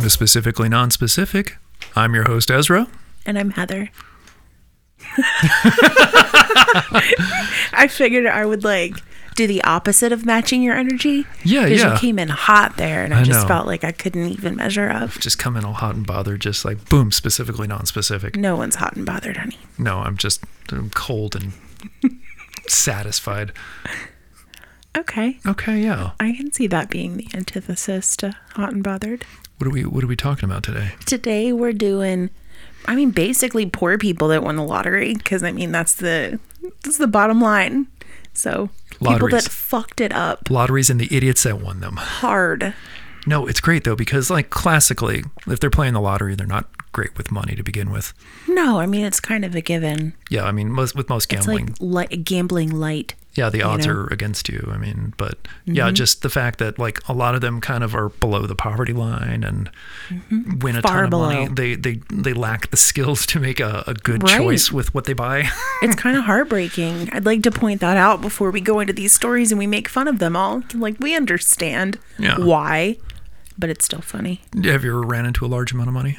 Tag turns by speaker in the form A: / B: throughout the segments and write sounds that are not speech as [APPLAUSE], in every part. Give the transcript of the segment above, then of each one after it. A: to Specifically Non-Specific. I'm your host, Ezra.
B: And I'm Heather. I figured I would like do the opposite of matching your energy.
A: Yeah,
B: Because
A: yeah.
B: you came in hot there, and I,
A: I
B: just
A: know.
B: felt like I couldn't even measure up.
A: Just come in all hot and bothered, just like boom, specifically non-specific.
B: No one's hot and bothered, honey.
A: No, I'm just I'm cold and satisfied.
B: Okay.
A: Okay, yeah.
B: I can see that being the antithesis to hot and bothered.
A: What are we What are we talking about today?
B: Today we're doing, I mean, basically poor people that won the lottery, because I mean, that's the, that's the bottom line. So people
A: Lotteries.
B: that fucked it up
A: Lotteries and the idiots that won them.
B: hard.
A: No, it's great though because like classically, if they're playing the lottery, they're not great with money to begin with.
B: No, I mean, it's kind of a given.
A: Yeah, I mean most with most
B: It's
A: gambling,
B: like li- gambling light.
A: yeah, the odds
B: know? Mm-hmm.
A: are against you. I mean, but yeah, just the fact that like a lot of them kind of are below the poverty line and win a
B: Mm-hmm. Far
A: ton of money.
B: below.
A: They they they lack the skills to make a, a good
B: Right.
A: choice with what they
B: [LAUGHS]
A: buy.
B: It's kind of heartbreaking. I'd like to point that out before we go into these stories and we make fun of them all. Like, we understand
A: Yeah.
B: why, but it's still funny.
A: Have you ever ran into a large amount of money?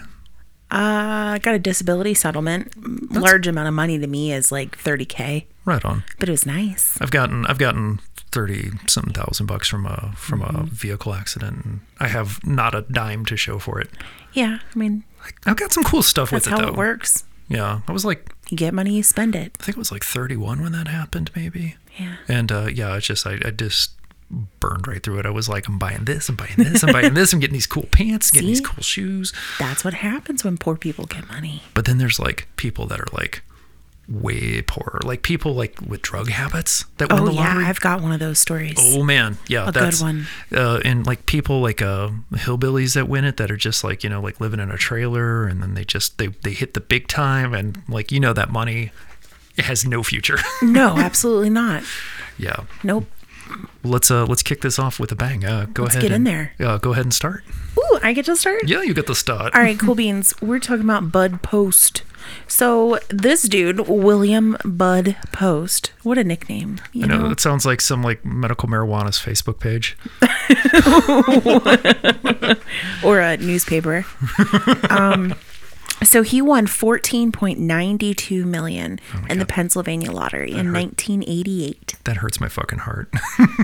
B: Uh, I got a disability settlement. Large amount of money to me is like 30K,
A: Right on.
B: but it was nice.
A: I've gotten I've gotten thirty something thousand bucks from a from
B: Mm-hmm.
A: a vehicle accident. and I have not a dime to show for it.
B: Yeah, I mean,
A: I've got some cool stuff
B: that's
A: with it
B: how
A: though.
B: it works.
A: Yeah, I was like
B: You get money, you spend it.
A: I think it was like 31 when that happened, maybe.
B: Yeah.
A: And uh, yeah, it's just I, I just burned right through it. I was like, I'm buying this, I'm buying this, I'm buying this, I'm getting these cool pants, getting these
B: See?
A: cool shoes.
B: That's what happens when poor people get money.
A: But then there's like people that are like way poorer, like people like with drug habits that win
B: Oh,
A: the
B: yeah,
A: lottery.
B: I've got one of those stories.
A: Oh man, yeah,
B: A good
A: that's
B: one.
A: Uh, and like people like uh, hillbillies that win it that are just like you know like living in a trailer and then they just they they hit the big time and like you know that money has no future. [LAUGHS]
B: No, absolutely not.
A: yeah,
B: Nope.
A: let's uh let's kick this off with a bang. Uh, go
B: Let's
A: ahead.
B: get
A: and,
B: in there.
A: Uh, go ahead and start.
B: Ooh, I get to start?
A: Yeah, you get the start.
B: All right, cool beans. We're talking about Bud Post. So this dude, William Bud Post, what a nickname! You
A: I know,
B: know,
A: that sounds like some like medical marijuana's Facebook page.
B: or
A: [LAUGHS]
B: a newspaper. um, so he won fourteen point ninety two million
A: Oh
B: in the Pennsylvania lottery in nineteen eighty eight,
A: That hurts my fucking heart.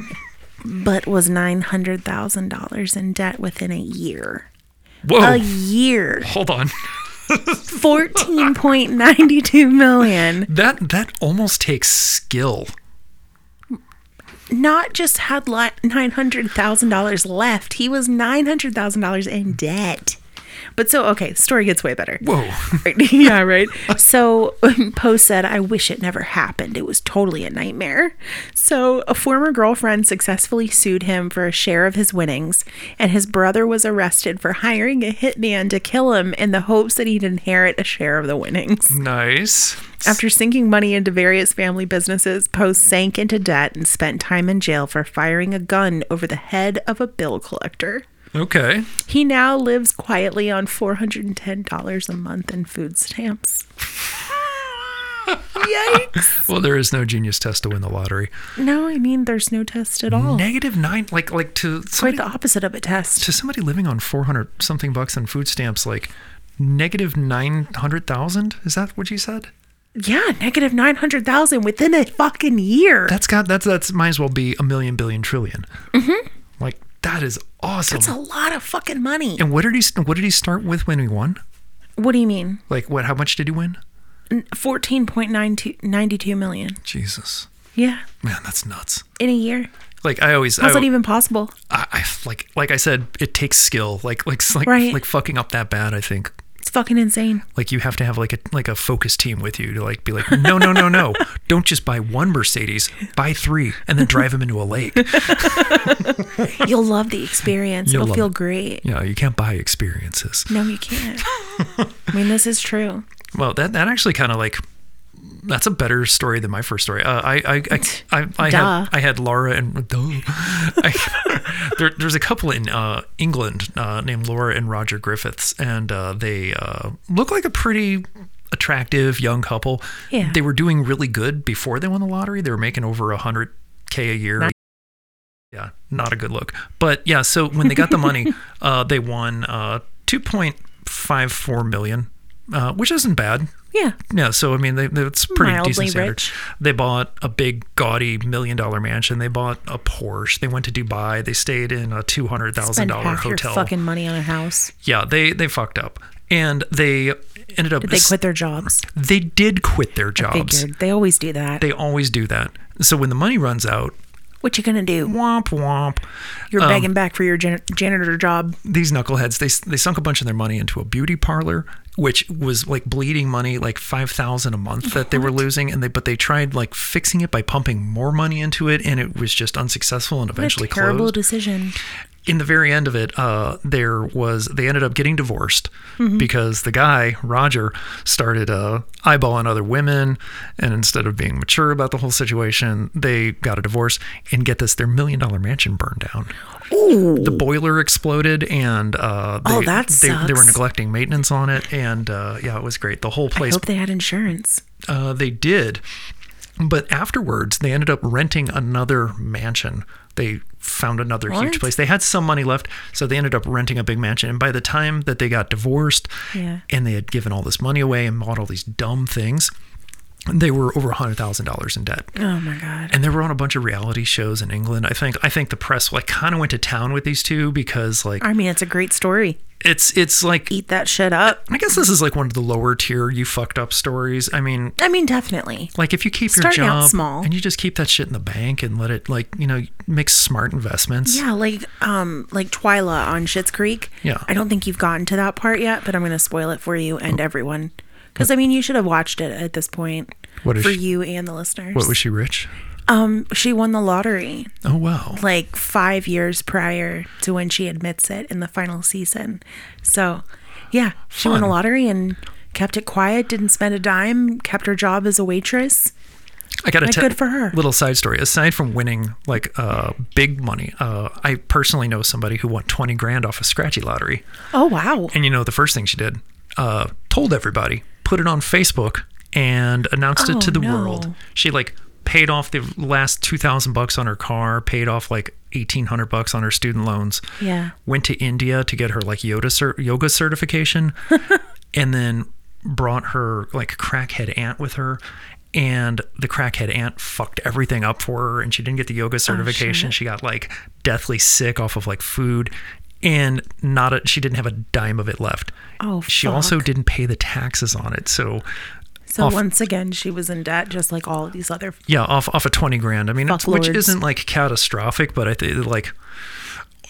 A: [LAUGHS]
B: but was nine hundred thousand dollars in debt within a year.
A: Whoa. [LAUGHS]
B: A year,
A: Hold on.
B: fourteen point ninety two million.
A: That that almost takes skill.
B: not just had li- $900,000 left, he was $900,000 in debt. But so, okay, story gets way better.
A: Whoa.
B: [LAUGHS] Right. yeah, right. So um, Poe said, I wish it never happened. It was totally a nightmare. So a former girlfriend successfully sued him for a share of his winnings, and his brother was arrested for hiring a hitman to kill him in the hopes that he'd inherit a share of the winnings.
A: Nice.
B: After sinking money into various family businesses, Poe sank into debt and spent time in jail for firing a gun over the head of a bill collector. [LAUGHS]
A: Okay.
B: He now lives quietly on $410 a month in food stamps. Yikes!
A: Well, there is no genius test to win the lottery.
B: [LAUGHS] No, I mean, there's no test at all.
A: Negative nine, like like to
B: Quite
A: somebody,
B: Oh. the opposite of a test.
A: to somebody living on four hundred something bucks in food stamps, like negative nine hundred thousand. Is that what you said?
B: Yeah, negative 900,000 within a fucking year.
A: That's got that's that's might as well be a million billion trillion. Like that is awesome.
B: Mm-hmm. That's a lot of fucking money.
A: and what did he what did he start with when he won?
B: What do you mean?
A: Like what? How much did he win?
B: 14.92 million.
A: Jesus,
B: Yeah,
A: man, that's nuts.
B: in a year.
A: Like I always, I,
B: How's that even possible?
A: I, I like like I said, it takes skill. Like like like
B: Right.
A: like fucking up that bad. I think
B: It's fucking insane.
A: like you have to have like a like a focus team with you to like be like no no no
B: [LAUGHS]
A: no don't just buy one Mercedes buy three and then drive them into a
B: [LAUGHS]
A: lake.
B: You'll love the experience.
A: You'll
B: It'll
A: love
B: feel
A: it.
B: great.
A: You know you can't buy experiences.
B: No, you can't. I mean, this is true.
A: Well, that that actually kind of like that's a better story than my first story. Uh, I I I I, I
B: Duh.
A: had I had Laura and duh. [LAUGHS] I, there, there's a couple in uh, England uh, named Laura and Roger Griffiths, and uh, they uh, look like a pretty attractive young couple.
B: Yeah.
A: they were doing really good before they won the lottery. They were making over a hundred k a year.
B: Nice. [LAUGHS]
A: Yeah, not a good look. But yeah, so when they got the money, uh, they won uh, 2.54 million, uh, which isn't bad.
B: Yeah.
A: Yeah, so I mean, they, that's pretty
B: Mildly
A: decent standard.
B: rich.
A: They bought a big, gaudy million dollar mansion. They bought a Porsche. They went to Dubai. They stayed in a two hundred thousand
B: Spend
A: dollar
B: half your
A: hotel.
B: fucking money on a house.
A: yeah, they they fucked up, and they ended up.
B: They quit their jobs.
A: They did quit their jobs.
B: Figured. They always do that.
A: They always do that. So when the money runs out,
B: what you gonna do?
A: womp womp. Um,
B: You're begging back for your jan- janitor job.
A: These knuckleheads they they sunk a bunch of their money into a beauty parlor, which was like bleeding money, like five thousand a month that they were losing, and they but they tried like fixing it by pumping more money into it, and it was just unsuccessful and eventually
B: what a terrible
A: closed.
B: decision.
A: in the very end of it, uh, there was they ended up getting divorced
B: Mm-hmm.
A: because the guy Roger started uh, eyeballing other women, and instead of being mature about the whole situation, they got a divorce. And get this, their million dollar mansion burned down.
B: Ooh.
A: The boiler exploded, and uh, they,
B: Oh, that
A: they, they were
B: sucks.
A: neglecting maintenance on it, and uh, yeah, it was great. The whole
B: I
A: place
B: hope they had insurance.
A: uh, they did. But afterwards, they ended up renting another mansion. They found another
B: What?
A: huge place. They had some money left, so they ended up renting a big mansion. And by the time that they got divorced
B: Yeah.
A: and they had given all this money away and bought all these dumb things, they were over $100,000 in debt.
B: Oh my god.
A: And they were on a bunch of reality shows in England. I think I think the press like kind of went to town with these two because like
B: I mean, it's a great story.
A: it's it's like
B: Eat that shit up.
A: I guess this is like one of the lower tier you fucked up stories. I mean,
B: I mean, definitely.
A: Like if you keep
B: Starting
A: your
B: out
A: job
B: small.
A: and you just keep that shit in the bank and let it like you know make smart investments.
B: Yeah, like um, like Twyla on Schitt's Creek.
A: Yeah.
B: I don't think you've gotten to that part yet, but I'm gonna spoil it for you
A: Oh.
B: and everyone. Because I mean, you should have watched it at this point.
A: What is
B: for
A: she-
B: you and the listeners?
A: What was she rich?
B: um, she won the lottery
A: Oh wow.
B: like five years prior to when she admits it in the final season. So, yeah, she won the
A: Fun.
B: lottery and kept it quiet. Didn't spend a dime. Kept her job as a waitress.
A: I got a
B: like, good for her.
A: Little side story. Aside from winning like uh, big money, uh, I personally know somebody who won twenty grand off a scratchy lottery.
B: Oh wow!
A: And you know the first thing she did? Uh, told everybody, put it on Facebook, and announced
B: Oh,
A: it to the
B: no.
A: world. She like paid off the last two thousand bucks on her car, paid off like eighteen hundred bucks on her student loans.
B: Yeah.
A: Went to India to get her like yoga cer- yoga
B: [LAUGHS]
A: certification, and then brought her like crackhead aunt with her. And the crackhead aunt fucked everything up for her, and she didn't get the yoga certification. she got like deathly sick off of like food, and not a, she didn't have a dime of it left.
B: Oh,
A: she also didn't pay the taxes on it. So,
B: So
A: off-
B: once again, she was in debt, just like all of these other
A: yeah, off off of twenty grand. I mean, it's, which
B: Fucklords.
A: isn't like catastrophic, but I think like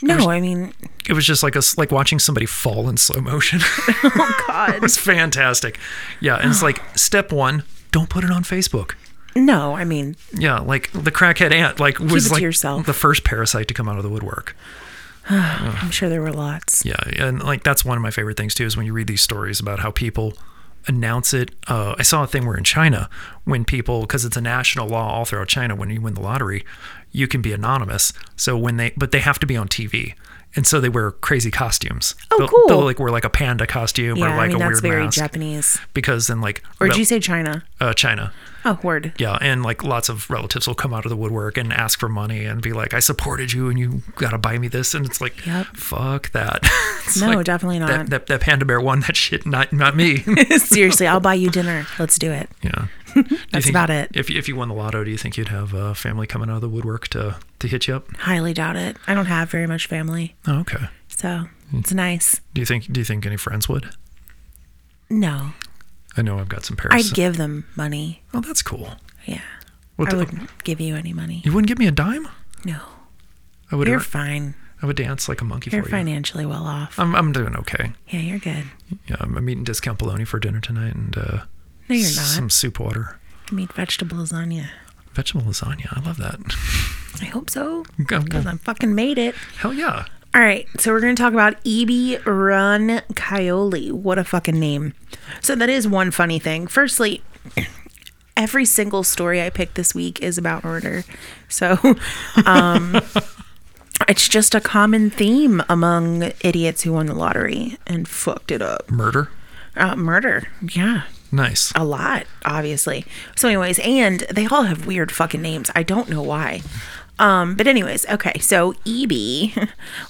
B: No, I mean,
A: it was just like us like watching somebody fall in slow motion. [LAUGHS]
B: oh God.
A: it was fantastic. Yeah, and it's like step one: don't put it on Facebook.
B: No, I mean,
A: Yeah, like the crackhead aunt, like
B: it
A: was
B: to
A: like
B: yourself.
A: the first parasite to come out of the woodwork.
B: I'm sure there were lots.
A: Yeah, and like that's one of my favorite things too is when you read these stories about how people announce it. Uh, I saw a thing where in China, when people because it's a national law all throughout China, when you win the lottery, you can be anonymous. So when they but they have to be on TV. And so they wear crazy costumes.
B: Oh,
A: they'll,
B: cool.
A: They'll like wear like a panda costume
B: Yeah,
A: or like
B: I mean,
A: a weird
B: that's very
A: mask
B: Japanese.
A: because then like
B: Or did
A: rel-
B: you say China?
A: uh, China,
B: Oh, word.
A: yeah, and like lots of relatives will come out of the woodwork and ask for money and be like, "I supported you, and you gotta buy me this," and it's like,
B: Yep.
A: "Fuck that." [LAUGHS] It's
B: No, definitely
A: that-
B: not.
A: That, that panda bear won that shit, not not
B: [LAUGHS]
A: me.
B: [LAUGHS] Seriously, I'll buy you dinner. Let's do it.
A: yeah, Do you think-
B: about it.
A: If you- if you won the lotto, do you think you'd have uh, family coming out of the woodwork to to hit you up?
B: Highly doubt it. I don't have very much family,
A: Oh, okay.
B: so
A: Hmm.
B: it's nice.
A: Do you think Do you think any friends would?
B: No,
A: I know I've got some
B: I'd
A: parents.
B: give them money.
A: oh, that's cool.
B: Yeah,
A: What
B: I
A: the-
B: wouldn't give you any money.
A: You wouldn't give me a dime.
B: No,
A: I would. uh,
B: you're
A: I
B: fine.
A: would dance like a monkey
B: You're
A: for you.
B: financially well off.
A: I'm I'm doing okay.
B: Yeah, you're good.
A: Yeah, I'm, I'm eating discount bologna for dinner tonight and uh,
B: No, you're
A: s-
B: not.
A: some soup water.
B: I mean, vegetable lasagna.
A: Vegetable lasagna. I love that. [LAUGHS]
B: I hope so.
A: Go-
B: Because I fucking made it.
A: Hell yeah.
B: All right, so we're going to talk about E.B. Run Coyoli. What a fucking name. So, that is one funny thing. Firstly, every single story I picked this week is about murder. So, um, it's just a common theme among idiots who won the lottery and fucked it up.
A: Murder.
B: Uh, murder. Yeah,
A: Nice.
B: a lot, obviously. So, anyways, and they all have weird fucking names. I don't know why. E [LAUGHS] Um, but anyways, okay. So EB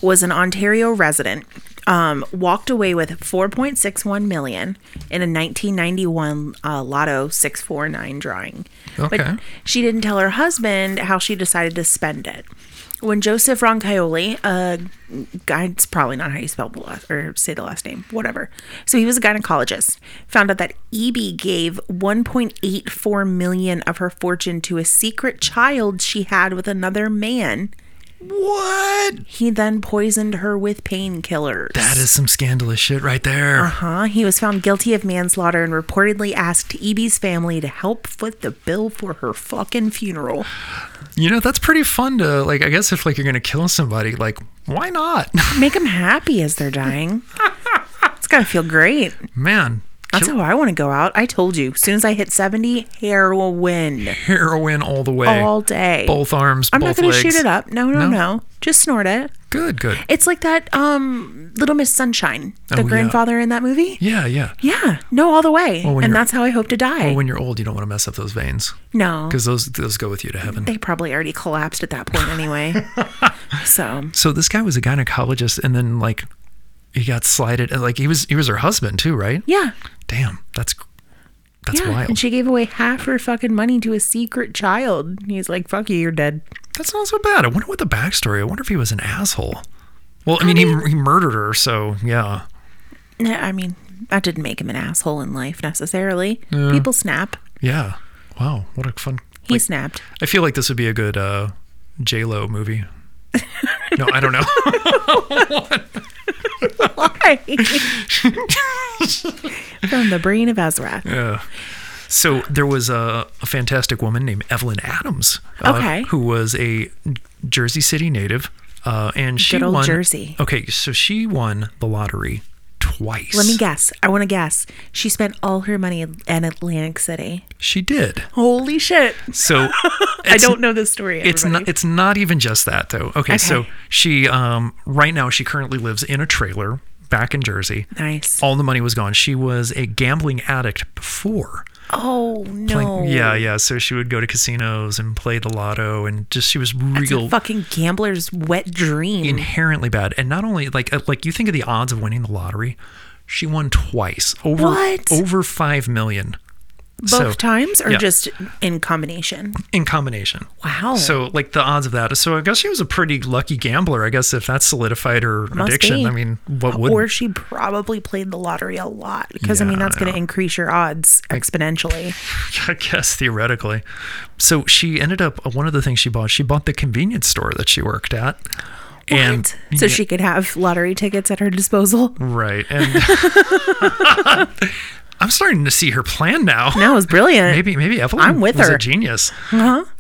B: was an Ontario resident um, walked away with 4.61 million in a 1991 uh, Lotto 649 drawing.
A: Okay.
B: But she didn't tell her husband how she decided to spend it. When Joseph Roncaioli, a guy, it's probably not how you spell the last, or say the last name, whatever. So he was a gynecologist. Found out that Eb gave 1.84 million of her fortune to a secret child she had with another man.
A: What?
B: He then poisoned her with painkillers.
A: That is some scandalous shit right there.
B: Huh? He was found guilty of manslaughter and reportedly asked Ebi's family to help foot the bill for her fucking funeral.
A: You know, that's pretty fun to like. I guess if like you're gonna kill somebody, like why not? [LAUGHS]
B: Make them happy as they're dying. it's gotta feel great.
A: Man,
B: That's how I want to go out. I told you, as soon as I hit 70, heroin
A: heroin all the way,
B: all day.
A: both arms.
B: I'm
A: both
B: not gonna
A: legs.
B: shoot it up. No, no,
A: No?
B: no, Just snort it.
A: Good, good.
B: It's like that um Little Miss Sunshine, the
A: Oh, yeah.
B: grandfather in that movie.
A: Yeah, yeah.
B: Yeah, no, all the way.
A: Oh, when
B: and
A: you're-
B: that's how I hope to die.
A: Well, when you're old, you don't want to mess up those veins
B: no.
A: because those those go with you to heaven.
B: they probably already collapsed at that
A: [LAUGHS]
B: point anyway. so
A: So this guy was a gynecologist, and then like he got slighted. and, Like he was he was her husband too, right?
B: yeah,
A: Damn, that's that's
B: yeah.
A: wild.
B: And she gave away half her fucking money to a secret child. And he's like, "Fuck you, you're dead."
A: That's not so bad. I wonder what the backstory. I wonder if he was an asshole. Well, I mean, he, he murdered her, so yeah.
B: Nah, I mean, that didn't make him an asshole in life necessarily. People snap.
A: Yeah. Wow. What a fun.
B: He snapped.
A: I feel like this would be a good uh, J Lo
B: [LAUGHS]
A: movie. No, I don't know. [LAUGHS]
B: Why? [LAUGHS] From the brain of Ezra.
A: Yeah. So there was a, a fantastic woman named Evelyn Adams, uh,
B: Okay.
A: who was a Jersey City native, uh, and she
B: Good old
A: won.
B: Jersey.
A: Okay, so she won the lottery twice.
B: Let me guess. I want to guess. She spent all her money in Atlantic City.
A: She did.
B: Holy shit!
A: So
B: [LAUGHS] I don't know this story.
A: It's
B: everybody.
A: not. It's not even just that though. Okay, so
B: Okay.
A: she um right now she currently lives in a trailer back in Jersey.
B: nice.
A: All the money was gone. She was a gambling addict before.
B: Oh
A: Like,
B: no!
A: Yeah, yeah. So she would go to casinos and play the lotto, and just she was
B: It's a
A: real
B: fucking gambler's wet dream.
A: inherently bad. And not only like uh, like you think of the odds of winning the lottery, she won twice over
B: What?
A: over five million. Both
B: Both times or
A: yeah.
B: just in combination?
A: in combination.
B: Wow.
A: So like the odds of that. So I guess she was a pretty lucky gambler. I guess if that solidified her addiction,
B: be.
A: I mean, what would?
B: or she probably played the lottery a lot because I mean
A: Yeah,
B: that's going to increase your odds exponentially.
A: [LAUGHS] I guess theoretically. So she ended up uh, one of the things she bought. She bought the convenience store that she worked at, and
B: What? so she could have lottery tickets at her disposal. [LAUGHS]
A: right. And [LAUGHS] I'm starting to see her plan now.
B: That was brilliant.
A: Maybe maybe Evelyn
B: I'm with
A: was
B: her.
A: a genius.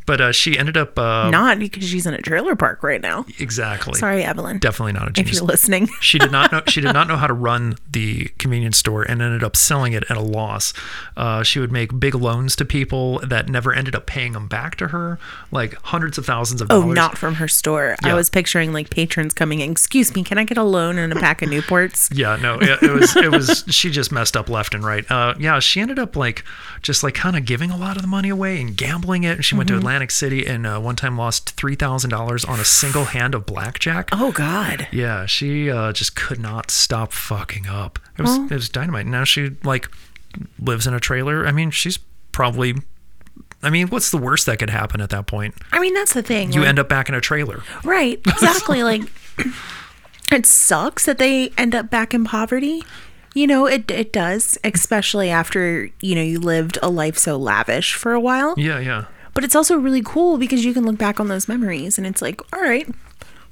A: But uh, she ended up uh,
B: Not because she's in a trailer park right now.
A: exactly.
B: Sorry, Evelyn.
A: Definitely not a
B: if
A: genius. [LAUGHS]
B: you're listening.
A: She did not know. She did not know how to run the convenience store and ended up selling it at a loss. Uh, she would make big loans to people that never ended up paying them back to her, like hundreds of thousands of
B: Oh,
A: dollars.
B: not from her store. I
A: Yeah.
B: was picturing like patrons coming in. Excuse me, can I get a loan and a pack of
A: [LAUGHS]
B: Newports?
A: Yeah, no, it, it was. It was. she just messed up left and right. Uh, yeah, she ended up like just like kind of giving a lot of the money away and gambling it. And she went
B: Mm-hmm.
A: to Atlantic City and uh, one time lost three thousand dollars on a single hand of blackjack.
B: Oh God.
A: Yeah, she uh, just could not stop fucking up. It was it was dynamite. Now she like lives in a trailer. I mean, she's probably. I mean, what's the worst that could happen at that point?
B: I mean that's the thing.
A: You
B: like-
A: end up back in a trailer.
B: Right. Exactly. like it sucks that they end up back in poverty. You know, it it does, especially after, you know, you lived a life so lavish for a while.
A: Yeah, yeah.
B: But it's also really cool because you can look back on those memories and it's like, all right,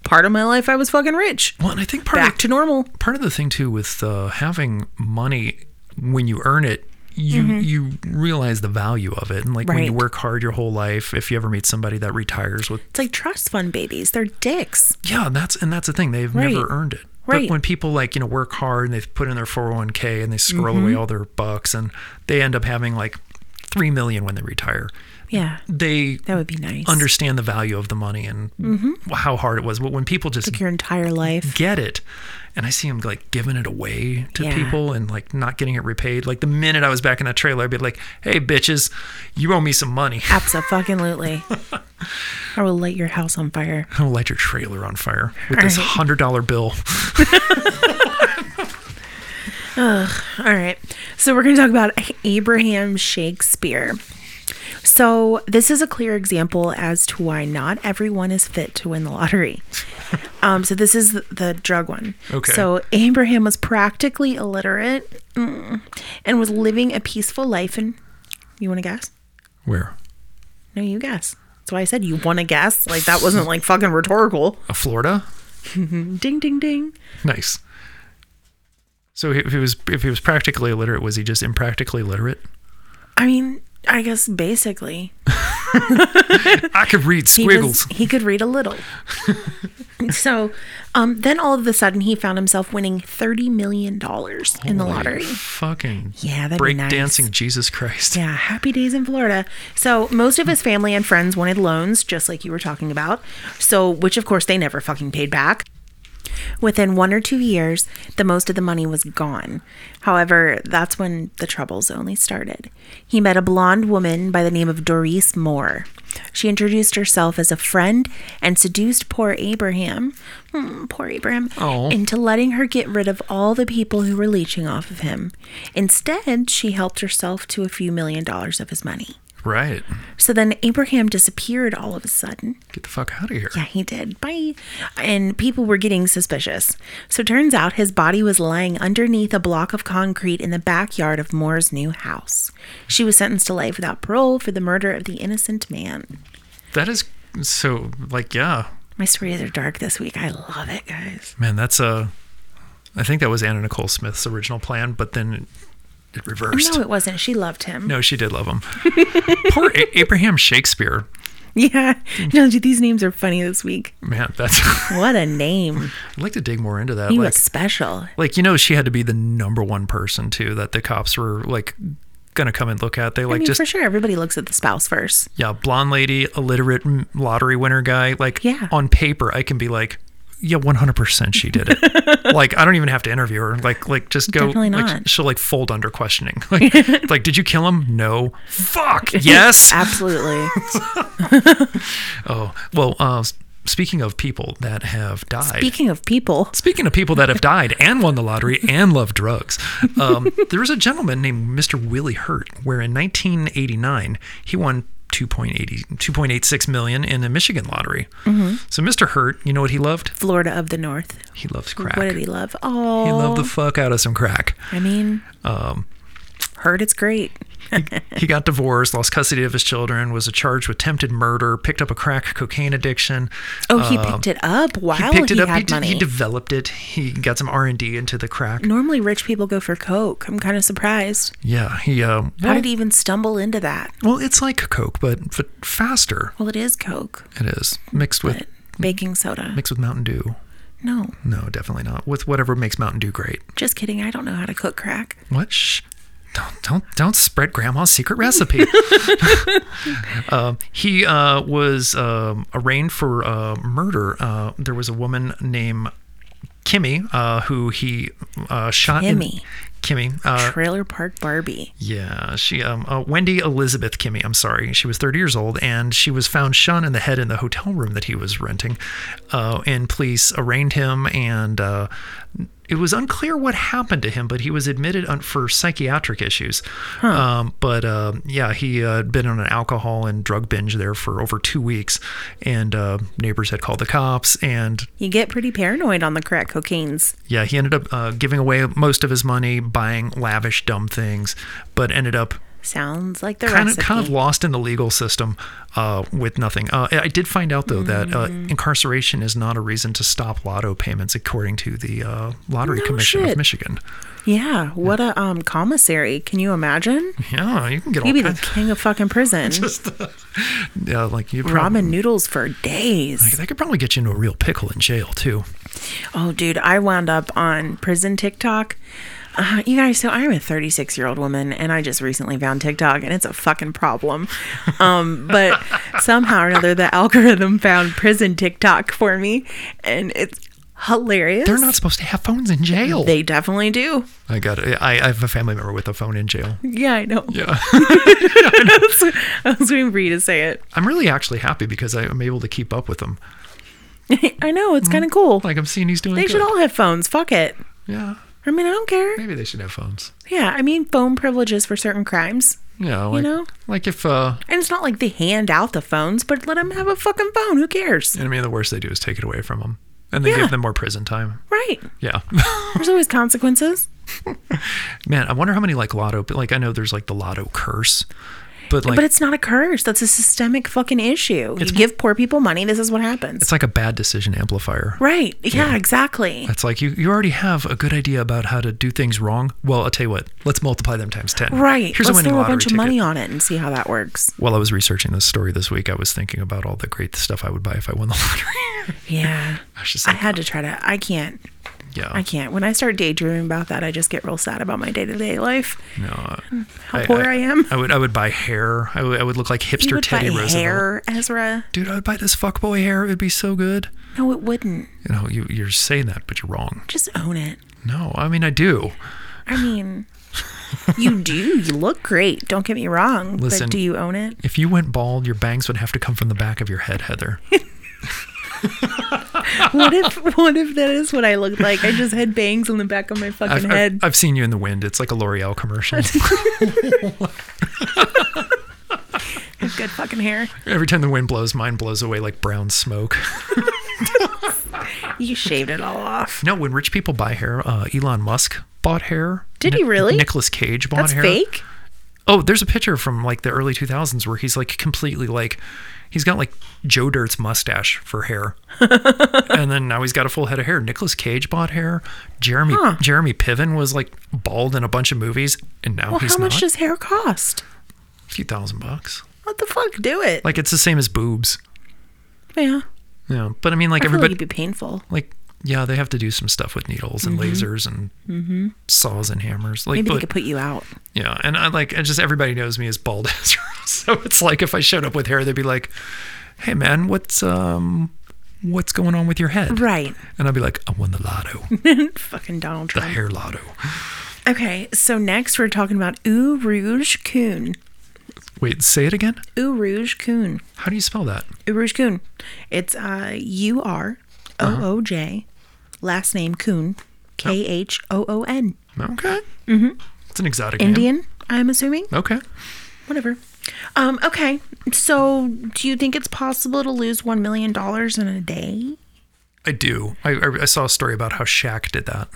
B: part of my life I was fucking rich.
A: Well, and I think part
B: Back
A: of,
B: to normal.
A: part of the thing too with uh, having money when you earn it. You you realize the value of it, and like when you
B: Mm-hmm. Right.
A: work hard your whole life, if you ever meet somebody that retires with
B: It's like trust fund babies. They're dicks.
A: Yeah, and that's and that's the thing. They've never
B: Right.
A: earned it.
B: Right.
A: But when people like, you know, work hard and they've put in their 401k and they squirrel away
B: Mm-hmm.
A: all their bucks and they end up having like 3 million when they retire.
B: Yeah.
A: They
B: That would be nice.
A: understand the value of the money and
B: Mm-hmm.
A: how hard it was. But when people just
B: Your entire life.
A: get it and I see them like giving it away to
B: Yeah.
A: people and like not getting it repaid. Like the minute I was back in that trailer, I'd be like, "Hey bitches, you owe me some money. [LAUGHS]
B: Absolutely. I will light your house on fire.
A: I'm going to light your trailer on fire with this $100 bill."
B: All right. So we're going to talk about Abraham Shakespeare. So this is a clear example as to why not everyone is fit to win the [LAUGHS] lottery. Um, so this is the, the drug one.
A: Okay.
B: So Abraham was practically illiterate mm, and was living a peaceful life. And you want to guess?
A: Where?
B: No, you guess. That's why I said you want to guess. Like that wasn't like fucking rhetorical.
A: Uh, Florida?
B: Ding, ding, ding.
A: Nice. So if he was if he was practically illiterate, was he just impractically literate?
B: I mean, I guess basically.
A: I could read
B: he was-
A: squiggles.
B: he could read a little. so, um, then all of a sudden, he found himself winning thirty million dollars in the
A: Holy
B: lottery.
A: Fucking
B: Yeah, that'd be
A: break
B: nice.
A: dancing Jesus Christ.
B: Yeah, happy days in Florida. So, most of his family and friends wanted loans, just like you were talking about. So, which of course they never fucking paid back. Within one or two years, the most of the money was gone. However, that's when the troubles only started. He met a blonde woman by the name of Doris Moore. She introduced herself as a friend and seduced poor Abraham, hmm, poor Abraham,
A: Oh.
B: into letting her get rid of all the people who were leeching off of him. Instead, she helped herself to a few million dollars of his money.
A: Right.
B: So then Abraham disappeared all of a sudden.
A: Get the fuck out of here.
B: Yeah, he did. Bye. And people were getting suspicious. So turns out his body was lying underneath a block of concrete in the backyard of Moore's new house. She was sentenced to life without parole for the murder of the innocent man.
A: That is so like yeah.
B: My stories are dark this week. I love it, guys.
A: Man, that's uh I think that was Anna Nicole Smith's original plan, but then it reversed.
B: No, it wasn't. She loved him.
A: No, she did love him. Poor A- Abraham Shakespeare.
B: [LAUGHS] Yeah. No, dude, these names are funny this week.
A: Man, that's I'd [LAUGHS]
B: What a name.
A: like to dig more into that.
B: He
A: like
B: was special.
A: like you know she had to be the number one person too that the cops were like gonna come and look at. They like
B: I mean,
A: just
B: for sure, everybody looks at the spouse first.
A: yeah, blonde lady, illiterate m- lottery winner guy. Like
B: Yeah.
A: on paper, I can be like, yeah, one hundred percent, she did
B: [LAUGHS]
A: it. like I don't even have to interview her. Like like just go.
B: Definitely
A: like,
B: not.
A: She'll like fold under
B: [LAUGHS]
A: questioning. Like like did you kill him? No. Fuck [LAUGHS] yes.
B: [LAUGHS] Absolutely.
A: [LAUGHS] oh well. Uh, s- speaking of people that have died.
B: Speaking of people,
A: Speaking of people that have died and won the lottery and love drugs, um, there was a gentleman named Mr. Willie Hurt, where in 1989 he won 2.80, 2.86 million in the Michigan lottery.
B: Mm-hmm.
A: So Mr. Hurt, you know what he loved?
B: Florida of the North.
A: He loves crack.
B: What did he love? Oh,
A: he loved the fuck out of some crack.
B: I mean,
A: Um,
B: heard it's great.
A: He got divorced, lost custody of his children, was charged with attempted murder, picked up a crack cocaine addiction. Um,
B: Oh, he picked it up while he, had
A: He, de-
B: money. Mm.
A: he developed it. He got some R and D into the crack.
B: Normally, rich people go for coke. I'm kind of surprised.
A: Yeah, he. Uh,
B: How
A: well-
B: did he even stumble into that?
A: Well, it's like Coke, but f- faster.
B: Well, it is coke,
A: It is mixed with
B: but baking soda.
A: mixed with Mountain Dew.
B: No,
A: No, definitely not. With whatever makes Mountain Dew great.
B: just kidding. I don't know how to cook crack.
A: What? Shh. Don't don't don't spread Grandma's secret recipe. [LAUGHS] um, he uh, was um, arraigned for uh, murder. Uh, there was a woman named Kimmy uh, who he uh, shot. in-
B: Kimmy.
A: Kimmy. Uh,
B: Trailer Park Barbie.
A: Yeah, she um uh, Wendy Elizabeth Kimmy, I'm sorry. She was 30 years old and she was found shot in the head in the hotel room that he was renting. Uh, and police arraigned him and uh, it was unclear what happened to him, but he was admitted un- for psychiatric issues. Um, but uh, yeah, he uh, had been on an alcohol and drug binge there for over two weeks, and uh, neighbors had called the cops. And
B: You get pretty paranoid on the crack cocaines.
A: yeah, he ended up uh, giving away most of his money, buying lavish, dumb things, but ended up
B: Sounds like the
A: kind
B: recipe.
A: of kind of lost in the legal system uh, with nothing. Uh, I did find out though that uh,
B: Mm.
A: incarceration is not a reason to stop lotto payments, according to the uh, Lottery
B: No
A: Commission
B: shit.
A: of Michigan.
B: yeah, what a um commissary. Can you imagine?
A: Yeah, you can get all
B: He'd be the
A: kinds.
B: king of
A: [LAUGHS]
B: fucking prison.
A: Yeah, like you probably
B: Ramen noodles for days.
A: they could probably get you into a real pickle in jail too.
B: Oh, dude, I wound up on prison TikTok. Uh, you guys, so I'm a 36 year old woman, and I just recently found TikTok, and it's a fucking problem. Um, but somehow or another, the algorithm found prison TikTok for me, and it's hilarious.
A: They're not supposed to have phones in jail.
B: They definitely do.
A: I got. I, I have a family member with a phone in jail.
B: Yeah, I know.
A: Yeah,
B: [LAUGHS] I was waiting for you to say it. [LAUGHS]
A: I'm really actually happy because I am able to keep up with them.
B: I know it's kind of cool.
A: Mm-hmm. Like I'm seeing he's doing.
B: They
A: good.
B: should all have phones. Fuck it.
A: Yeah.
B: I mean, I don't care.
A: Maybe they should have phones.
B: Yeah, I mean, phone privileges for certain crimes.
A: Yeah, like,
B: know?
A: like if uh,
B: And it's not like they hand out the phones, but let them have a fucking phone. Who cares?
A: I mean, the worst they do is take it away from them, and they
B: Yeah.
A: give them more prison time.
B: Right.
A: Yeah, [LAUGHS]
B: There's always consequences.
A: man, I wonder how many like lotto. But like, I know there's like the lotto curse, but like
B: but it's not a curse. That's a systemic fucking issue. You give poor people money, this is what happens.
A: it's like a bad decision amplifier.
B: Right. Yeah, exactly.
A: It's like you, you already have a good idea about how to do things wrong. Well, I'll tell you what, let's multiply them times 10.
B: Right.
A: Here's
B: Let's
A: a winning
B: throw a
A: lottery
B: bunch of
A: ticket.
B: money on it and see how that works.
A: While I was researching this story this week, I was thinking about all the great stuff I would buy if I won the [LAUGHS] lottery.
B: Yeah.
A: I was just
B: I
A: like,
B: had to try to. I can't.
A: yeah.
B: I can't. When I start daydreaming about that, I just get real sad about my day to day life.
A: no, I-
B: How poor I, am.
A: I would, I would buy hair. I would, I would look like hipster
B: You would buy
A: Teddy Roosevelt.
B: hair, Ezra.
A: Dude, I would buy this fuckboy hair. It would be so good.
B: No, it wouldn't.
A: You know, you, you're saying that, but you're wrong.
B: Just own it.
A: No, I mean, I do.
B: I mean, you do. You look great. Don't get me wrong.
A: Listen.
B: but do you own it?
A: If you went bald, your bangs would have to come from the back of your head,
B: [LAUGHS]
A: Heather.
B: What if [LAUGHS] what if that is what I looked like? I just had bangs on the back of my
A: I've,
B: fucking
A: I've-
B: head.
A: I've seen you in the wind. It's like a L'Oreal
B: [LAUGHS]
A: commercial. [LAUGHS]
B: Good fucking hair.
A: Every time the wind blows, mine blows away like brown smoke. [LAUGHS]
B: You shaved it all off.
A: no, when rich people buy hair, uh, Elon Musk bought hair.
B: Did he really?
A: Nicholas Cage bought
B: That's
A: hair.
B: fake.
A: Oh, there's a picture from like the early 2000s where he's like completely like, he's got like Joe Dirt's mustache for
B: [LAUGHS]
A: hair, and then now he's got a full head of hair. Nicholas Cage bought hair. Jeremy Jeremy Piven was like bald in a bunch of movies, and now
B: Well,
A: he's
B: how much
A: not.
B: does hair cost?
A: a few thousand bucks.
B: What the fuck? Do it.
A: Like it's the same as boobs.
B: yeah.
A: Yeah, but I mean, like
B: I feel like
A: everybody.
B: it'd be painful.
A: like yeah they have to do some stuff with needles and lasers and saws and hammers like
B: Mm-hmm. Maybe they
A: but,
B: could put you out.
A: yeah and i like and just everybody knows me as bald Ezra. [LAUGHS] so it's like if i showed up with hair they'd be like hey man what's um what's going on with your head
B: Right. [LAUGHS]
A: and i'd be like i won the lotto
B: Fucking Donald
A: the
B: Trump.
A: hair lotto
B: Okay, so next we're talking about Ooh Rouge Coon.
A: wait say it again
B: Ooh Rouge Coon.
A: how do you spell that
B: Ooh Rouge Coon. It's
A: Uh-huh.
B: uh U R O O J, last name Coon,
A: Oh.
B: K H O O N.
A: okay mm-hmm. it's an exotic name
B: Indian, I'm assuming.
A: okay
B: Whatever. Um, okay, so do you think it's possible to lose $1 million in a day?
A: i do I, I, I saw a story about how Shaq did that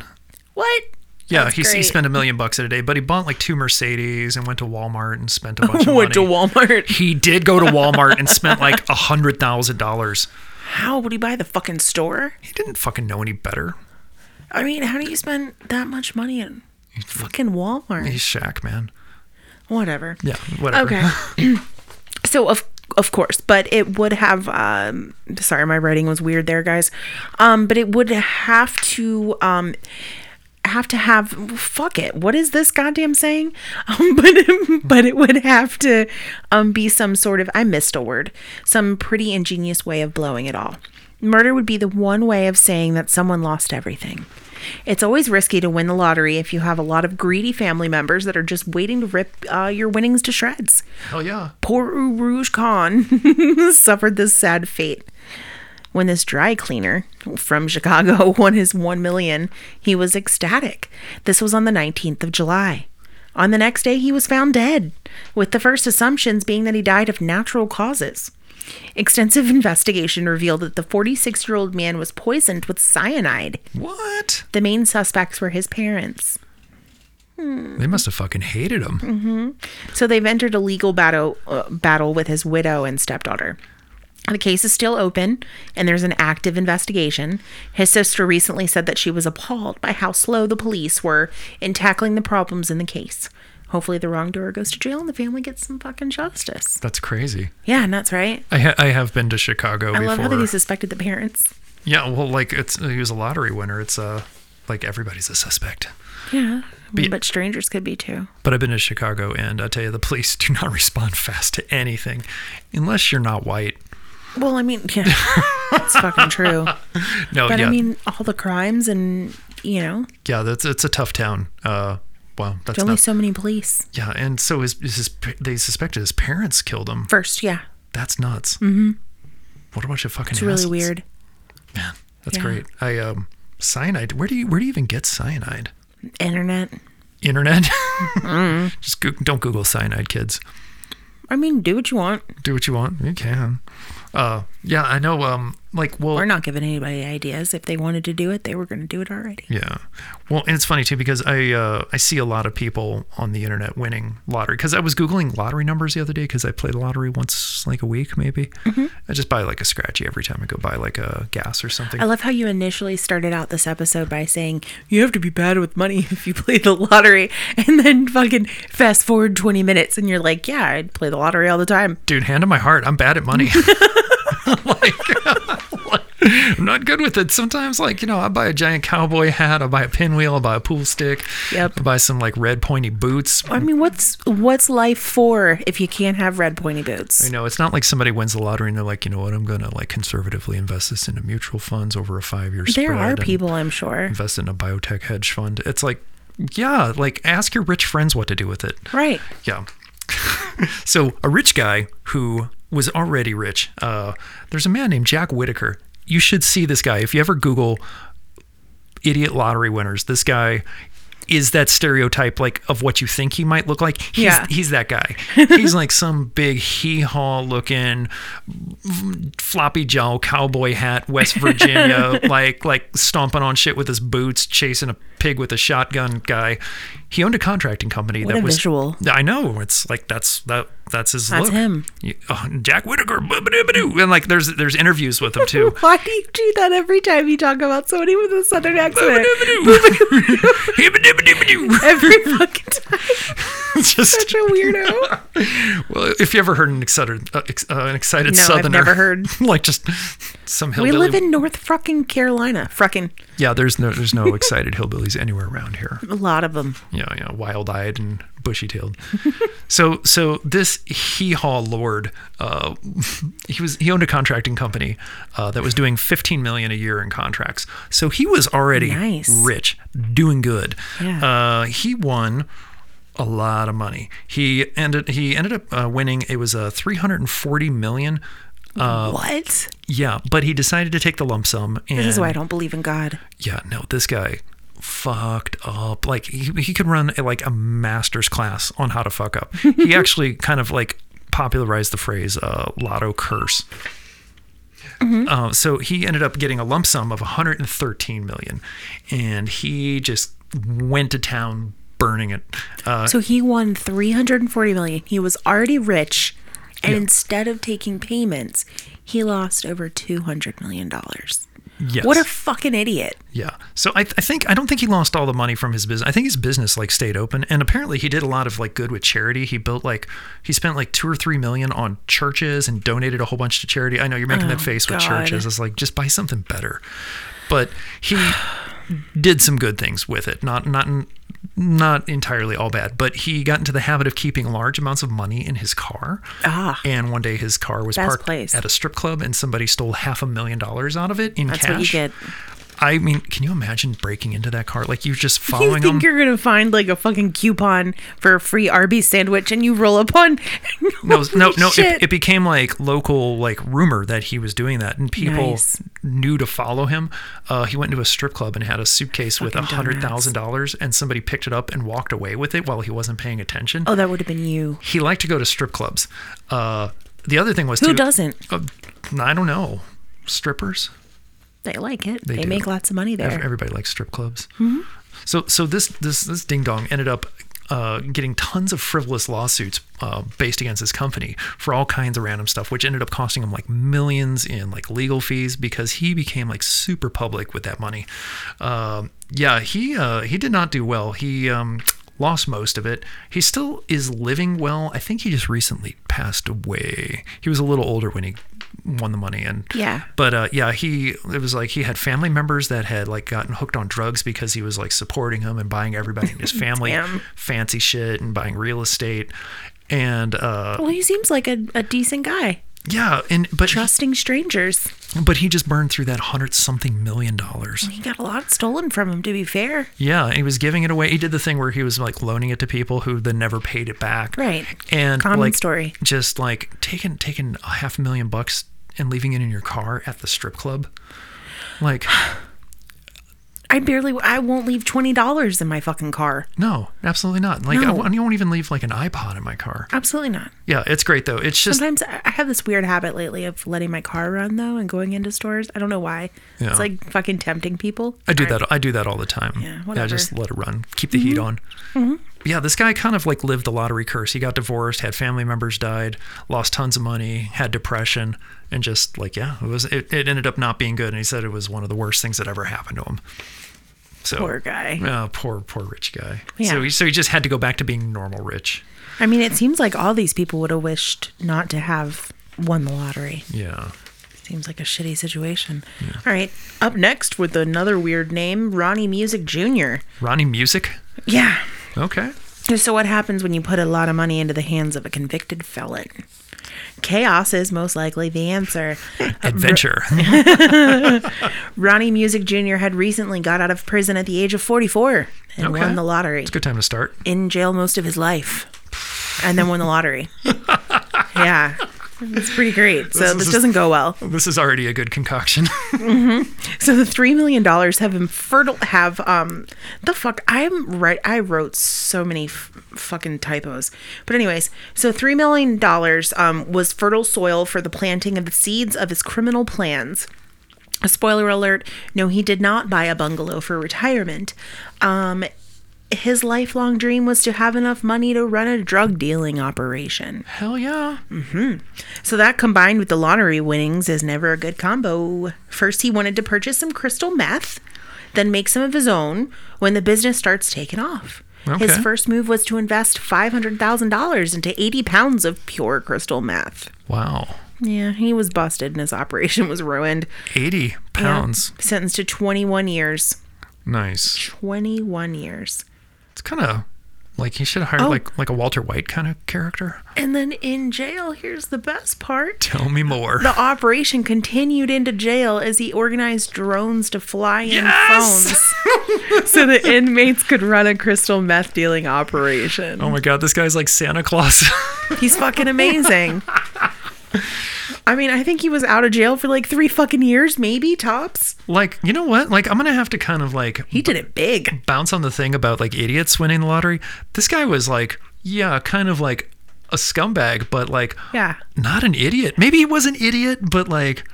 B: What?
A: yeah,
B: That's
A: he, he
B: great.
A: spent a million bucks in a day, but he bought like two Mercedes and went to Walmart and spent
B: [LAUGHS]
A: a bunch of money.
B: Went to
A: [LAUGHS]
B: Walmart.
A: He did go to Walmart and spent
B: [LAUGHS]
A: like a hundred thousand dollars.
B: How would he buy the fucking store?
A: He didn't fucking know any better.
B: I mean, how do you spend that much money in fucking Walmart?
A: He's Shaq, man.
B: Whatever.
A: Yeah, whatever. [LAUGHS]
B: Okay. so of of course, but it would have um sorry, my writing was weird there, guys. Um but it would have to um have to have fuck it. What is this goddamn saying? [LAUGHS] Um, but but it would have to um be some sort of I missed a word. Some pretty ingenious way of blowing it all. Murder would be the one way of saying that someone lost everything. It's always risky to win the lottery if you have a lot of greedy family members that are just waiting to rip uh, your winnings to shreds.
A: Hell yeah.
B: Poor Rouge Khan [LAUGHS] suffered this sad fate. When this dry cleaner from Chicago [LAUGHS] won his 1 million, he was ecstatic. This was on the 19th of July. On the next day, he was found dead, with the first assumptions being that he died of natural causes. Extensive investigation revealed that the 46 year old man was poisoned with cyanide.
A: What?
B: The main suspects were his parents.
A: They must have fucking hated
B: Mm.
A: him.
B: So they've entered a legal battle uh, battle with his widow and stepdaughter. The case is still open and there's an active investigation. His sister recently said that she was appalled by how slow the police were in tackling the problems in the case. Hopefully the wrongdoer goes to jail and the family gets some fucking justice.
A: That's crazy.
B: Yeah, and that's right.
A: I ha- I have been to Chicago
B: I
A: before.
B: love how they suspected the parents.
A: yeah, well, like it's he was a lottery winner. It's uh like everybody's a suspect.
B: Yeah. but strangers could be too.
A: But I've been to Chicago, and I tell you, the police [LAUGHS] do not respond fast to anything, unless you're not white.
B: Well, I mean,
A: [LAUGHS]
B: yeah, it's fucking true.
A: No,
B: But
A: yeah,
B: I mean, all the crimes and, you know,
A: yeah, that's it's a tough town. Uh, well, that's
B: there's only
A: not,
B: so many police.
A: yeah, and so his, his they suspected his parents killed him.
B: First, yeah,
A: That's nuts. Mm-hmm. What a bunch of fucking.
B: It's really
A: assholes.
B: weird.
A: Man, that's
B: Yeah.
A: great. I um, cyanide. Where do you where do you even get cyanide?
B: Internet.
A: Internet. [LAUGHS] Just go- don't Google cyanide, kids.
B: I mean, do what you want.
A: Do what you want. You can. Uh, yeah, I know. Um, like, well,
B: We're not giving anybody ideas. If they wanted to do it, they were going to do it already.
A: Yeah. Well, and it's funny too because I uh, I see a lot of people on the internet winning lottery because I was googling lottery numbers the other day because I play the lottery once like a week maybe. I just buy like a scratchy every time I go buy like a gas or something.
B: I love how you initially started out this episode by saying you have to be bad with money [LAUGHS] if you play the lottery, [LAUGHS] and then fucking fast forward twenty minutes, and you're like, "Yeah, I'd play the lottery all the time."
A: Dude, hand on my heart, I'm bad at money. [LAUGHS] like, [LAUGHS] I'm not good with it. Sometimes, like you know, I buy a giant cowboy hat, I buy a pinwheel, I buy a pool stick,
B: Yep.
A: I buy some like red pointy boots.
B: I mean, what's what's life for if you can't have red pointy
A: You
B: boots?
A: know, it's not like somebody wins the lottery and they're like, you know what, I'm gonna like conservatively invest this into mutual funds over a five year spread.
B: There are
A: and-
B: people,
A: [LAUGHS]
B: I'm sure.
A: invest in a biotech hedge fund. It's like, yeah, like ask your rich friends what to do with it.
B: Right.
A: Yeah. [LAUGHS] so a rich guy who was already rich. Uh, there's a man named Jack Whitaker. You should see this guy if you ever Google idiot lottery winners. This guy is that stereotype like of what you think he might look like. He's,
B: Yeah.
A: he's that
B: [LAUGHS]
A: guy. he's like some big hee-haw looking floppy jowl cowboy hat West
B: [LAUGHS]
A: Virginia like like stomping on shit with his boots chasing a pig with a shotgun guy. He owned a contracting company
B: What
A: that
B: a
A: was
B: visual.
A: I know. It's like that's that that's his
B: That's
A: look.
B: him.
A: You- oh, Jack Whitaker. boo-ba-doo-ba-doo. And like there's there's interviews with him
B: [LAUGHS]
A: too.
B: Why do you do that every time you talk about somebody with a southern accent?
A: [LAUGHS] Boo-ba-doo-ba-doo. Hibba-dibba-dibba-doo.
B: [LAUGHS] Every fucking time.
A: It's [LAUGHS] just
B: Such a weirdo.
A: [LAUGHS] well, if you ever heard an excited uh, ex, uh, an excited
B: No, I've
A: southerner,
B: never
A: [LAUGHS]
B: heard.
A: like just some
B: We
A: hillbilly.
B: live in North fucking Carolina. Fucking
A: yeah, there's no there's no excited hillbillies anywhere around here.
B: a lot of them.
A: you know, you know wild eyed and bushy tailed. [LAUGHS] so, so this hee haw lord, uh, [LAUGHS] he was he owned a contracting company uh, that was doing 15 million a year in contracts. So he was already
B: Nice.
A: rich, doing good.
B: Yeah.
A: Uh, he won a lot of money. He ended he ended up uh, winning. It was a uh, 340 million. Uh,
B: what? This
A: Yeah, but he decided to take the lump sum. And
B: is why I don't believe in God.
A: yeah, no, this guy fucked up. Like he, he could run a, like a master's class on how to fuck up. He actually kind of like popularized the phrase uh, "lotto curse." Uh, so he ended up getting a lump sum of 113 million, and he just went to town burning it. Uh,
B: So he won 340 million. He was already rich, and instead of taking payments, he lost over 200 million dollars.
A: yes.
B: What a fucking idiot.
A: Yeah. So I, I think I don't think he lost all the money from his business. I think his business like stayed open, and apparently he did a lot of like good with charity. He built like he spent like two or three million on churches and donated a whole bunch to charity. I know you're making that face with
B: Oh, God.
A: churches. It's like just buy something better, but he [SIGHS] did some good things with it. Not not not entirely all bad, but he got into the habit of keeping large amounts of money in his car.
B: Ah.
A: And one day his car was
B: Best
A: parked
B: place.
A: at a strip club, and somebody stole half a million dollars out of it in
B: That's
A: cash.
B: what you get.
A: I mean, can you imagine breaking into that car? Like you're just
B: You
A: following them.
B: think you're gonna find like a fucking coupon for a free Arby's sandwich, and you roll up on? [LAUGHS]
A: no, no, no.
B: Shit.
A: It, it became like local, like rumor that he was doing that, and people
B: Nice.
A: knew to follow him. Uh, he went into a strip club and had a suitcase with a
B: Fucking
A: hundred thousand dollars, and somebody picked it up and walked away with it while he wasn't paying attention.
B: oh, that would have been you.
A: He liked to go to strip clubs. Uh, the other thing was
B: Who
A: too-
B: doesn't?
A: Uh, I don't know. Strippers.
B: They like it. They,
A: do.
B: make lots of money there. Mm-hmm.
A: Ev- Everybody likes strip clubs. So so this this this ding dong ended up uh, getting tons of frivolous lawsuits uh, based against his company for all kinds of random stuff, which ended up costing him like millions in like legal fees because he became like super public with that money. Um yeah, he uh, he did not do well. He um, lost most of it. He still is living well. I think he just recently passed away. He was a little older when he won the money and
B: Yeah.
A: but uh, yeah, he it was like he had family members that had like gotten hooked on drugs because he was like supporting him and buying everybody
B: [LAUGHS]
A: in his family
B: Damn.
A: fancy shit and buying real estate. And uh,
B: Well, he seems like a, a decent guy.
A: yeah, and but
B: Trusting strangers.
A: but he just burned through that hundred something million dollars.
B: He got a lot stolen from him, to be fair.
A: Yeah, and he was giving it away. He did the thing where he was like loaning it to people who then never paid it back.
B: Right.
A: And
B: Common
A: like
B: story.
A: just like taking taking a half million bucks and leaving it in your car at the strip club. Like
B: I barely, I won't leave $20 in my fucking car.
A: No, absolutely not. Like I
B: No.
A: won't- I, won't even leave like an iPod in my car.
B: Absolutely not.
A: Yeah, it's great though. It's just
B: Sometimes I I have this weird habit lately of letting my car run though and going into stores. I don't know why.
A: Yeah.
B: It's like fucking tempting people.
A: I do that. I do that all the time.
B: Yeah,
A: I
B: whatever. Mm-hmm.
A: just let it run. Keep the heat on. Yeah, this guy kind of like lived the lottery curse. He got divorced, had family members died, lost tons of money, had depression, and just like yeah, it was. It, it ended up not being good. And he said it was one of the worst things that ever happened to him. So
B: Poor guy.
A: Oh, poor, poor rich guy.
B: Yeah.
A: So, he, so he just had to go back to being normal rich.
B: I mean, it seems like all these people would have wished not to have won the lottery.
A: Yeah.
B: Seems like a shitty situation. All right. Up next with another weird name, Ronnie Music Jr.
A: Ronnie Music.
B: Yeah.
A: Okay.
B: So, what happens when you put a lot of money into the hands of a convicted felon? Chaos is most likely the answer.
A: Adventure.
B: Ronnie Music Jr. had recently got out of prison at the age of 44 and
A: Okay.
B: won the lottery.
A: it's a good time to start.
B: In jail most of his life and then won
A: [LAUGHS]
B: the lottery. yeah. It's pretty great. So,
A: This is
B: this
A: just-
B: doesn't go well.
A: This is already a good concoction. [LAUGHS]
B: So the three million dollars have infertile have um the fuck I'm right I wrote so many f- fucking typos but anyways so three million dollars um was fertile soil for the planting of the seeds of his criminal plans. A spoiler alert: No, he did not buy a bungalow for retirement. Um, his lifelong dream was to have enough money to run a drug dealing operation.
A: Hell yeah.
B: So that combined with the lottery winnings is never a good combo. First, he wanted to purchase some crystal meth, then make some of his own when the business starts taking off. His
A: Okay.
B: first move was to invest $500,000 into 80 pounds of pure crystal meth.
A: Wow.
B: Yeah, he was busted and his [LAUGHS] operation was ruined.
A: 80 pounds.
B: Sentenced to 21 years.
A: Nice.
B: 21 years.
A: It's kind of like he should have hired
B: Oh.
A: like like a Walter White kind of character. [LAUGHS]
B: And then in jail, here's the best part.
A: Tell me more.
B: The operation continued into jail as he organized drones to fly in
A: Yes!
B: [LAUGHS] phones so the inmates could run a crystal meth dealing operation.
A: Oh my god, this guy's like Santa Claus. [LAUGHS]
B: He's fucking amazing. I mean, I think he was out of jail for like three fucking years, maybe tops.
A: like, you know what? Like I'm going to have to kind of like
B: He did it big.
A: bounce on the thing about like idiots winning the lottery. This guy was like, yeah, kind of like a scumbag, but like
B: Yeah.
A: not an idiot. Maybe he was an idiot, but like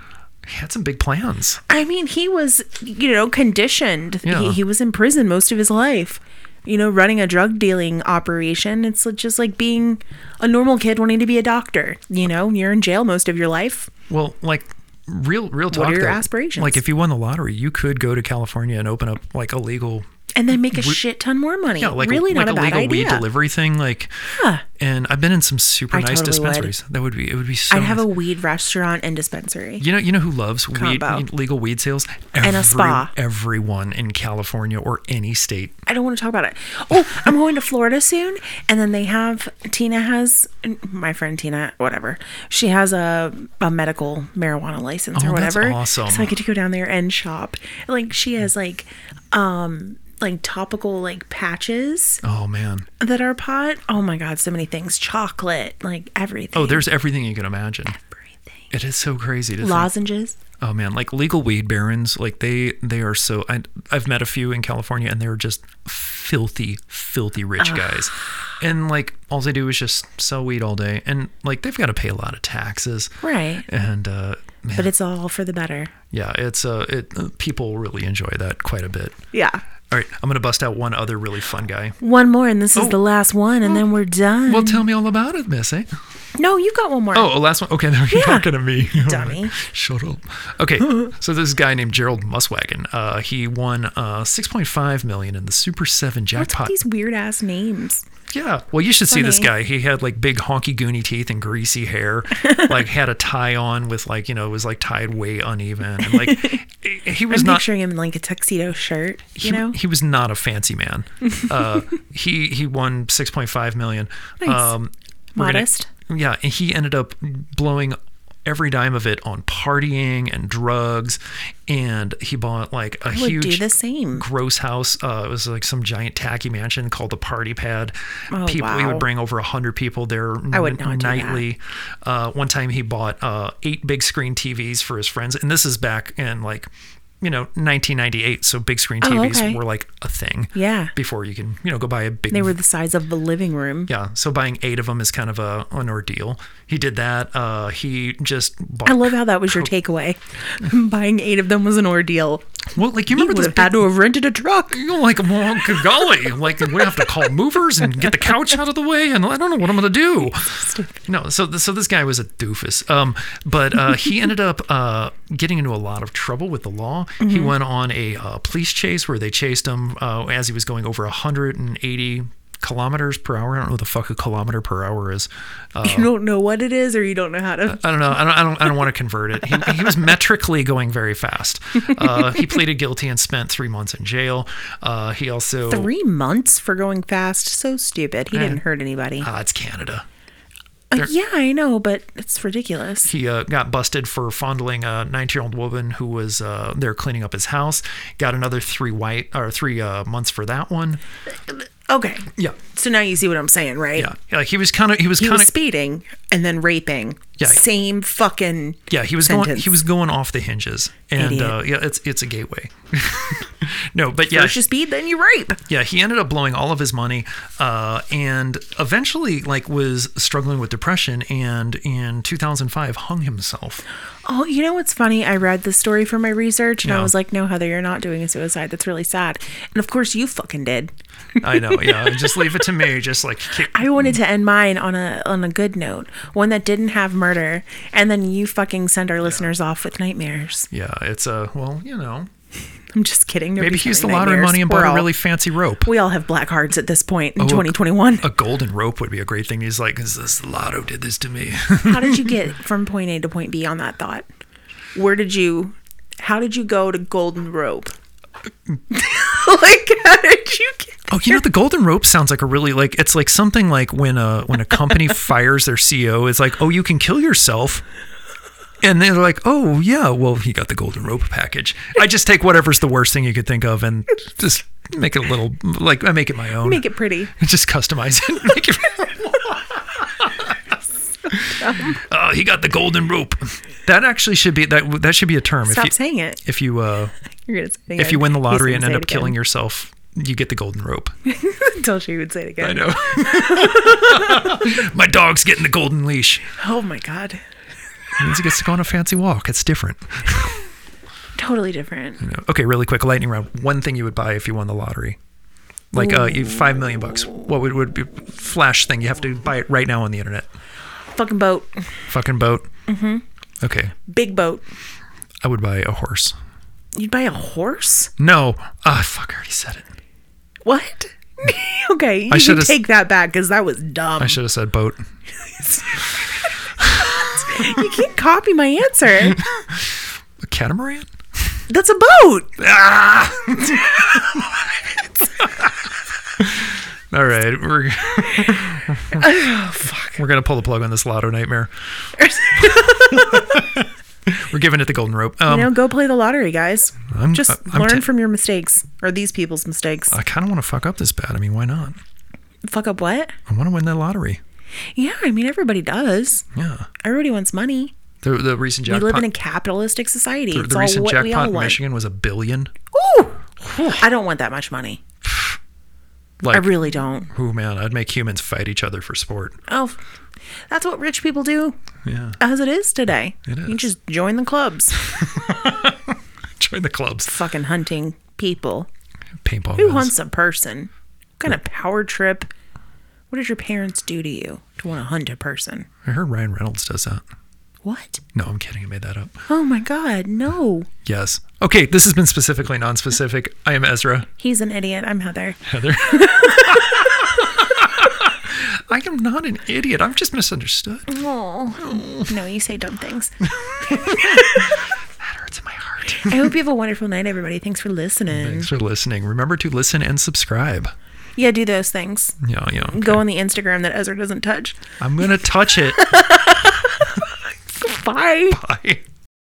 A: he had some big plans.
B: I mean, he was, you know, conditioned.
A: Yeah.
B: He, he was in prison most of his life. You know, running a drug dealing operation, it's like- just like being a normal kid wanting to be a doctor. You know, you're in jail most of your life.
A: Well, like real real talk
B: are your
A: though,
B: aspirations?
A: Like if you won the lottery, you could go to California and open up like a legal
B: and then make a shit ton more money.
A: Yeah, like
B: really
A: like
B: not a,
A: a
B: bad
A: legal weed
B: idea.
A: delivery thing. Like,
B: Yeah.
A: and I've been in some super
B: I
A: nice
B: totally
A: dispensaries. That would be it. Would be so.
B: I'd have
A: nice.
B: a weed restaurant and dispensary.
A: You know, you know who loves
B: Combo.
A: weed, legal weed sales?
B: And a spa.
A: Everyone in California or any state.
B: I don't want to talk about it. Oh, I'm going to Florida soon, and then they have Tina has my friend Tina, whatever. She has a, a medical marijuana license or
A: Oh, that's
B: whatever.
A: awesome.
B: So I get to go down there and shop. Like she has like um like topical like patches
A: Oh man!
B: that are pot. Oh my god, so many things. Chocolate, like everything.
A: Oh, there's everything you can imagine.
B: everything.
A: It is so crazy to think.
B: Lozenges.
A: Oh man, like legal weed barons, like they they are so. I, I've met a few in California, and they're just filthy, filthy rich guys, and like all they do is just sell weed all day, and like they've got to pay a lot of taxes,
B: Right.
A: and uh, man,
B: But it's all for the better.
A: yeah, it's uh, it uh, people really enjoy that quite a bit.
B: Yeah.
A: All right, I'm gonna bust out one other really fun guy.
B: One more, and this is
A: Oh.
B: the last one, and then we're done.
A: Well, tell me all about it, eh? Missy.
B: no, you got one more.
A: Oh, last one. Okay, [LAUGHS] now you're
B: Yeah.
A: talking to me.
B: Dummy.
A: Shut up. Okay,
B: [LAUGHS]
A: so this guy named Gerald Muswagon. Uh, he won uh 6.5 million in the Super Seven
B: What's with
A: jackpot.
B: these weird ass names?
A: Yeah. Well, you should see this
B: Funny.
A: guy. He had like big honky goony teeth and greasy
B: [LAUGHS]
A: hair. like had a tie on with like you know it was like tied way uneven. And, like
B: [LAUGHS]
A: he was
B: I'm
A: not.
B: picturing him in like a tuxedo shirt, you
A: he,
B: know?
A: he was not a fancy
B: [LAUGHS]
A: man. Uh, he he won six point five million. Um,
B: Nice.
A: we're gonna-
B: Modest.
A: yeah, and he ended up blowing every dime of it on partying and drugs, and he bought like a
B: I would
A: huge
B: do the same.
A: gross house. Uh, it was like some giant tacky mansion called the Party Pad.
B: Oh,
A: people, he
B: wow.
A: would bring over a hundred people there
B: I would not do that.
A: nightly. Uh, one time he bought uh, eight big screen TVs for his friends, and this is back in like you know 1998, so big screen TVs
B: Oh, okay.
A: were like a thing.
B: Yeah.
A: Before you can you know go buy a big
B: They were the size of the living room.
A: yeah, so buying eight of them is kind of a an ordeal. He did that. Uh, he just bought.
B: I love how that was your takeaway. [LAUGHS] Buying eight of them was an ordeal.
A: well, like you
B: You
A: remember
B: would
A: this
B: have had to have rented a truck.
A: you know, [LAUGHS] like well, good golly, like we have to call movers and get the couch out of the way, and I don't know what I'm gonna do. No, so so this guy was a doofus, um, but uh,
B: [LAUGHS]
A: he ended up uh, getting into a lot of trouble with the law.
B: Mm-hmm.
A: He went on a uh, police chase where they chased him uh, as he was going over 180 kilometers per hour. I don't know what the fuck a kilometer per hour is. Uh,
B: You don't know what it is, or you don't know how to.
A: I don't know. I don't. I don't. I don't want to convert it. He, he was metrically going very fast. Uh, he pleaded guilty and spent three months in jail. Uh, he also
B: Three months for going fast. So stupid. He didn't hurt anybody.
A: Ah, it's Canada.
B: Uh, yeah, I know, but it's ridiculous.
A: He uh, got busted for fondling a 19-year-old woman who was uh, there cleaning up his house. Got another three white or three uh, months for that one.
B: Okay.
A: Yeah,
B: So now you see what I'm saying, right?
A: yeah. yeah he was kind of. He was
B: He
A: kind
B: was
A: of.
B: speeding and then raping.
A: Yeah.
B: Same fucking.
A: Yeah, he was going.
B: sentence.
A: He was going off the hinges, and
B: Idiot.
A: uh, yeah, it's it's a gateway. [LAUGHS] no, but yeah,
B: First you speed, then you rape.
A: yeah he ended up blowing all of his money uh, and eventually like was struggling with depression and in 2005 hung himself
B: Oh, you know what's funny? I read the story for my research and
A: Yeah.
B: I was like, no, Heather, you're not doing a suicide. That's really sad. And of course, you fucking did.
A: i know yeah [LAUGHS] just leave it to me just like kick-
B: I wanted to end mine on a on a good note, one that didn't have murder, and then you fucking send our listeners off with nightmares. [LAUGHS]
A: yeah it's a well you know
B: I'm just kidding.
A: maybe
B: Nobody's
A: he used the
B: having
A: lottery
B: nightmares.
A: money and
B: We're
A: bought a
B: all-
A: really Oh, fancy rope
B: We all have black hearts at this point in
A: a- [LAUGHS]
B: 2021.
A: a golden rope would be a great thing he's like is this lotto did this to me [LAUGHS]
B: how did you get from point A to point B on that thought? Where did you? How did you go to Golden Rope? [LAUGHS] like how did you get?
A: Oh, you know the golden rope sounds like a really like it's like something like when a when a company
B: [LAUGHS]
A: fires their CEO, it's like, oh, you can kill yourself. And they're like, oh yeah, well he got the golden rope package. I just take whatever's the worst thing you could think of and just make it a little like I make it my own.
B: Make it pretty.
A: [LAUGHS] just customize it. Make
B: [LAUGHS]
A: it Oh, he got the golden rope. That actually should be that that should be a term.
B: Stop
A: if you,
B: saying it.
A: If you uh,
B: You're gonna say it
A: if
B: again.
A: you win the
B: He's
A: lottery
B: gonna
A: and
B: say
A: end
B: it
A: up killing
B: again.
A: yourself, you get the golden rope.
B: [LAUGHS] Told you he would say it again.
A: I know. [LAUGHS] My dog's getting the golden leash.
B: Oh my god.
A: It means he gets to go on a fancy walk. It's different.
B: Totally different.
A: Okay, really quick lightning round. One thing you would buy if you won the lottery. Like uh, you, five million bucks. What would, would be flash thing? You have to buy it right now on the internet.
B: Fucking boat.
A: Fucking boat. Mm-hmm. Okay,
B: Big boat.
A: I would buy a horse.
B: You'd buy a horse?
A: No, ah, fuck, I already said it.
B: What? [LAUGHS] okay, you can
A: should've-
B: take that back because that was dumb.
A: I should have said boat.
B: [LAUGHS] you can't copy my
A: [LAUGHS]
B: answer.
A: A catamaran?
B: That's a boat.
A: All right,
B: [LAUGHS]
A: we're [SIGHS] we're gonna pull the plug on this lotto
B: [LAUGHS]
A: nightmare. We're giving it the golden rope. Um,
B: you know, go play the lottery, guys.
A: I'm-
B: Just
A: I- I'm
B: learn
A: ta-
B: from your mistakes or these people's mistakes.
A: I kind of want to fuck up this bad. I mean, why not?
B: Fuck up what?
A: I want to win that lottery.
B: Yeah, I mean everybody does.
A: Yeah.
B: Everybody wants money.
A: The, the recent
B: We
A: jackpot.
B: live in a capitalistic society.
A: the
B: it's all
A: recent
B: what we
A: jackpot
B: all
A: in
B: want.
A: Michigan was a billion.
B: Ooh, I don't want that much money.
A: Like,
B: I really don't.
A: oh man, I'd make humans fight each other for sport.
B: Oh, f- that's what rich people do,
A: Yeah. [LAUGHS]
B: as it is today.
A: It
B: You
A: is.
B: just join
A: [LAUGHS]
B: the clubs.
A: Join the clubs.
B: Fucking hunting people.
A: Paintball.
B: Who
A: guns.
B: hunts a person? What kind of power trip? What did your parents do to you to want to hunt a person?
A: I heard Ryan Reynolds does that.
B: What?
A: No, I'm kidding. I made that up.
B: Oh my God, no.
A: Yes. Okay, this has been specifically non-specific. I am Ezra.
B: He's an idiot. I'm Heather.
A: Heather. I am not an idiot. I'm just misunderstood. That
B: Oh. No, you say
A: [LAUGHS]
B: dumb things.
A: hurts in my heart.
B: I hope you have a wonderful night, everybody. Thanks for
A: [LAUGHS]
B: listening.
A: Thanks for listening. Remember to listen and subscribe.
B: Yeah, do those things.
A: Yeah, yeah. [LAUGHS] okay.
B: Go on the Instagram that Ezra doesn't touch.
A: I'm gonna touch it.
B: Bye.
A: [LAUGHS] Bye.